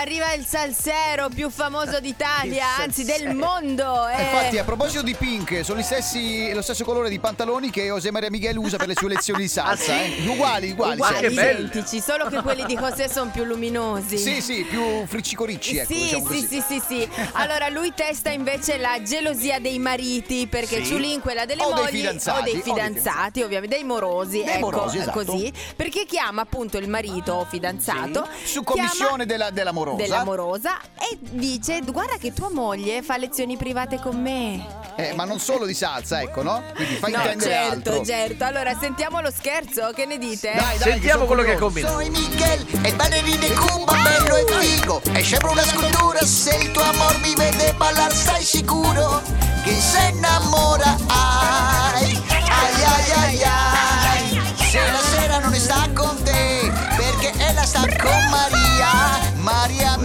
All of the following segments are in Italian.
Arriva il salsero più famoso d'Italia, Il anzi salsero. del mondo. eh. Eh, Infatti, a proposito di Pink, sono gli stessi, lo stesso colore di pantaloni che José Maria Miguel usa per le sue lezioni di salsa. eh. Uguali, uguali. Ah, Uguali, sì. che bello. identici, solo che quelli di José sono più luminosi. Sì, sì, più friccicoricci, ecco, sì, diciamo sì, così. sì, sì, sì. Allora lui testa invece la gelosia dei mariti perché Sì. Ciulin quella delle O dei mogli fidanzati, o dei o dei fidanzati, ovviamente dei morosi, Dei ecco, morosi, esatto. Ah, così, perché chiama appunto il marito o fidanzato Mm. Su esatto. chiama- commissione della, dell'amorosa. dell'amorosa e dice "Guarda che tua moglie fa lezioni private con me". Eh, ma non solo di salsa, ecco, no? Quindi fa no, intendere certo, altro. certo. Allora sentiamo lo scherzo, che ne dite? Dai, dai, Sentiamo sono quello che combina. curioso. Soy Miguel, el ballerí de Cuba, bello e figo. E sembra una scultura se il tuo amor mi vede ballar, stai sicuro che se innamora. Ai, ai, ai, ai, ai. Se la sera non sta con te, perché ella sta con Maria, Maria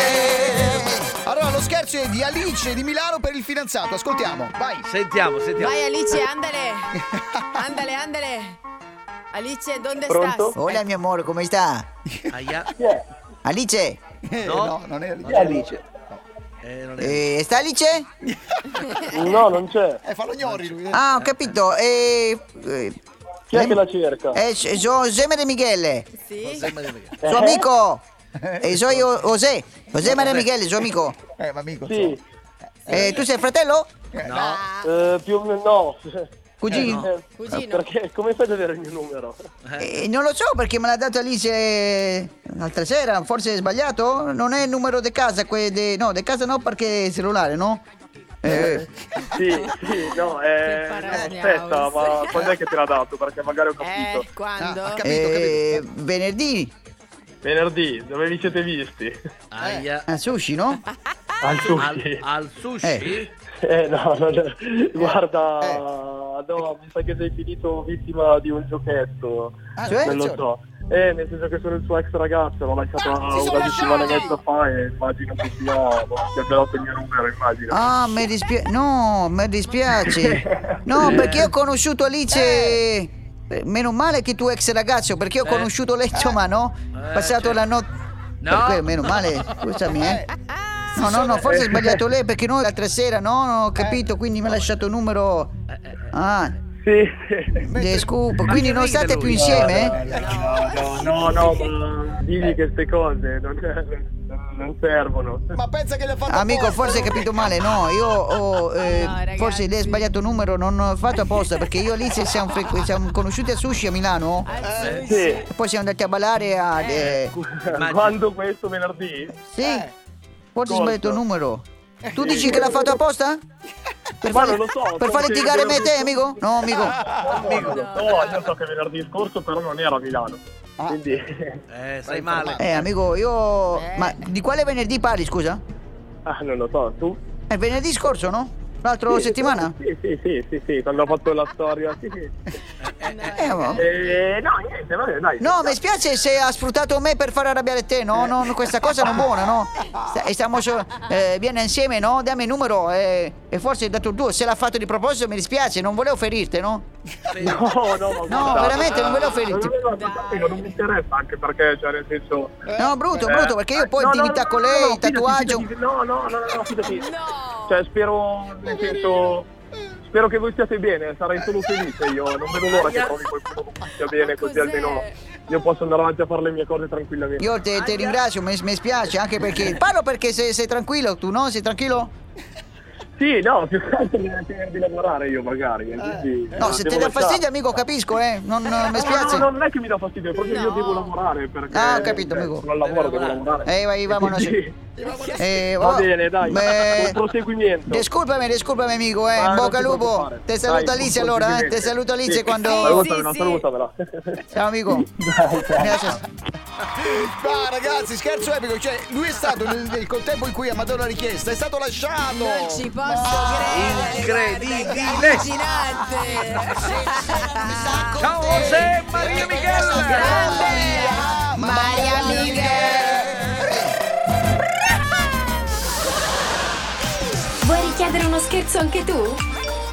Miguel. Allora, lo scherzo è di Alice di Milano per il fidanzato. Ascoltiamo, vai. Sentiamo, sentiamo. Vai Alice, andale. Andale, andale. Alice, dove Pronto? Oh, stas? Hola, mi amor, come sta? Aia. Yeah, Alice? Eh, No. no, non è chi è Alice. Alice? Eh, non è- Eh, sta Alice? No, non c'è. Eh, fa lo gnori lui. eh. Ah, ho capito. Eh, eh, Chi è che la cerca? eh, sono Gemere Michele. Sì. Sembra di me. suo Eh? amico e sono io Eh, José José Maria Michele suo amico Eh, ma amico. Sì, Eh, tu sei il fratello? No. eh, più o meno no. cugino? Eh, Cugino. Perché come fai ad avere il mio numero? Eh, non lo so perché me l'ha dato Alice eh, l'altra sera forse è sbagliato non è il numero di casa que- de- no di casa no perché è cellulare no? Eh, Sì, sì, no, eh, Che no, paranoia, aspetta, ma sì. quando è che te l'ha dato? Perché magari ho Eh, capito. quando? Ah, ho capito. eh, venerdì Venerdì, dove vi siete visti? Eh. Aia. a sushi no? Ah, Al Al, sushi. al sushi? Eh. Eh no, no, no, eh. guarda, no, mi sa che sei finito vittima di un giochetto. Ah, Cioè? Ah, Non lo so. Eh, nel senso che sono il suo ex ragazzo, l'ho lasciato una settimana e mezza fa e immagino che sia, boh, che abbia dato il mio numero, immagino. ah mi dispiace no mi dispiace Eh. no perché ho conosciuto Alice Eh, meno male che tu ex ragazzo perché ho conosciuto lei insomma no? passato Eh. certo. la notte No. Per cui, meno male, scusami, eh. Ah, No, no, no, Eh. forse ho sbagliato lei perché noi l'altra sera, no, non ho capito, quindi mi ha lasciato il numero. Eh, Ah, Sì, sì. de scoop. Ma Quindi che non ride state lui? più insieme, eh? No, no, no, ma digli che queste cose non, non servono. Ma pensa che l'ha fatto Amico, apposta, forse hai lui. capito male, no? Io ho. eh, No, ragazzi. forse lei ha sbagliato il numero, non ho fatto apposta perché io e Alice siamo, fre- siamo conosciuti a sushi a Milano. Ah, Eh, al sushi. Sì, Eh, E poi siamo andati a ballare a. eh, Ma- quando questo venerdì? sì, forse ho sbagliato il numero. Tu dici Eh, sì. che l'ha fatto apposta? Per Ma fare, non lo so, per far forse- litigare me e te, amico? No, amico. No, no, io so che venerdì scorso però non era a Milano. Ah. Quindi Eh, stai male. Eh, amico, io. Eh. Ma di quale venerdì parli, scusa? ah, non lo so, tu? È venerdì scorso, no? L'altra Sì, settimana? Sì, sì, sì, sì, sì, quando ho fatto la storia. Sì, sì. Eh, ma- Eh, no, niente, vabbè, dai. No, mi spiace se ha sfruttato me per far arrabbiare te, no? No, questa cosa non è buona, no? Sta- Stiamo so- eh, viene insieme, no? Dammi il numero eh, e forse hai dato il tuo. Se l'ha fatto di proposito mi dispiace, non volevo ferirti, no? No, no, ma No, guarda, veramente, non ve l'ho ferito. No, no, no, guardate, non mi interessa anche perché, cioè, nel senso... No, brutto, eh, brutto, Certo, perché io poi no, no, intimità no, con no, lei, no, no, tatuaggio. fidati, fidati, No, no, no, no, no, fidati. No. Cioè, spero, nel senso... Spero che voi stiate bene, sarei solo felice io. Non vedo l'ora che trovi qualcuno con cui stia bene, così Cos'è? almeno io posso andare avanti a fare le mie cose tranquillamente. Io te, te ringrazio, mi, mi spiace anche perché. Parlo perché sei, sei tranquillo, tu no? Sei tranquillo? Sì, no, più che altro mi viene di lavorare io magari. quindi, No, eh, se devo ti dà lasciare. fastidio, amico, capisco, eh. Non, non mi No, spiace. no, non è che mi dà fastidio, è proprio che io No. devo lavorare perché... Ah, ho capito, eh, amico. Non lavoro, devo lavorare. Eh, vai, vamonos. Sì. Eh, Va oh, bene, dai. beh, Buon proseguimento. Discolpami, discolpami amico, eh. Ma in non Bocca al ti lupo. preoccupare. Te saluto Dai, Alice buon allora, eh. proseguimento. Te saluto Alice Sì. quando. Salutamela, Sì, sì. salutamela. Ciao amico. Mi lascia- Ma ragazzi, scherzo epico. Cioè, lui è stato nel, nel contempo in cui ha mandato la richiesta, è stato lasciato. Non ci oh. posso credere. incredibile. guarda, è Allucinante. Ciao José Maria Michele! Grande. Maria Miguel. Vuoi richiedere uno scherzo anche tu?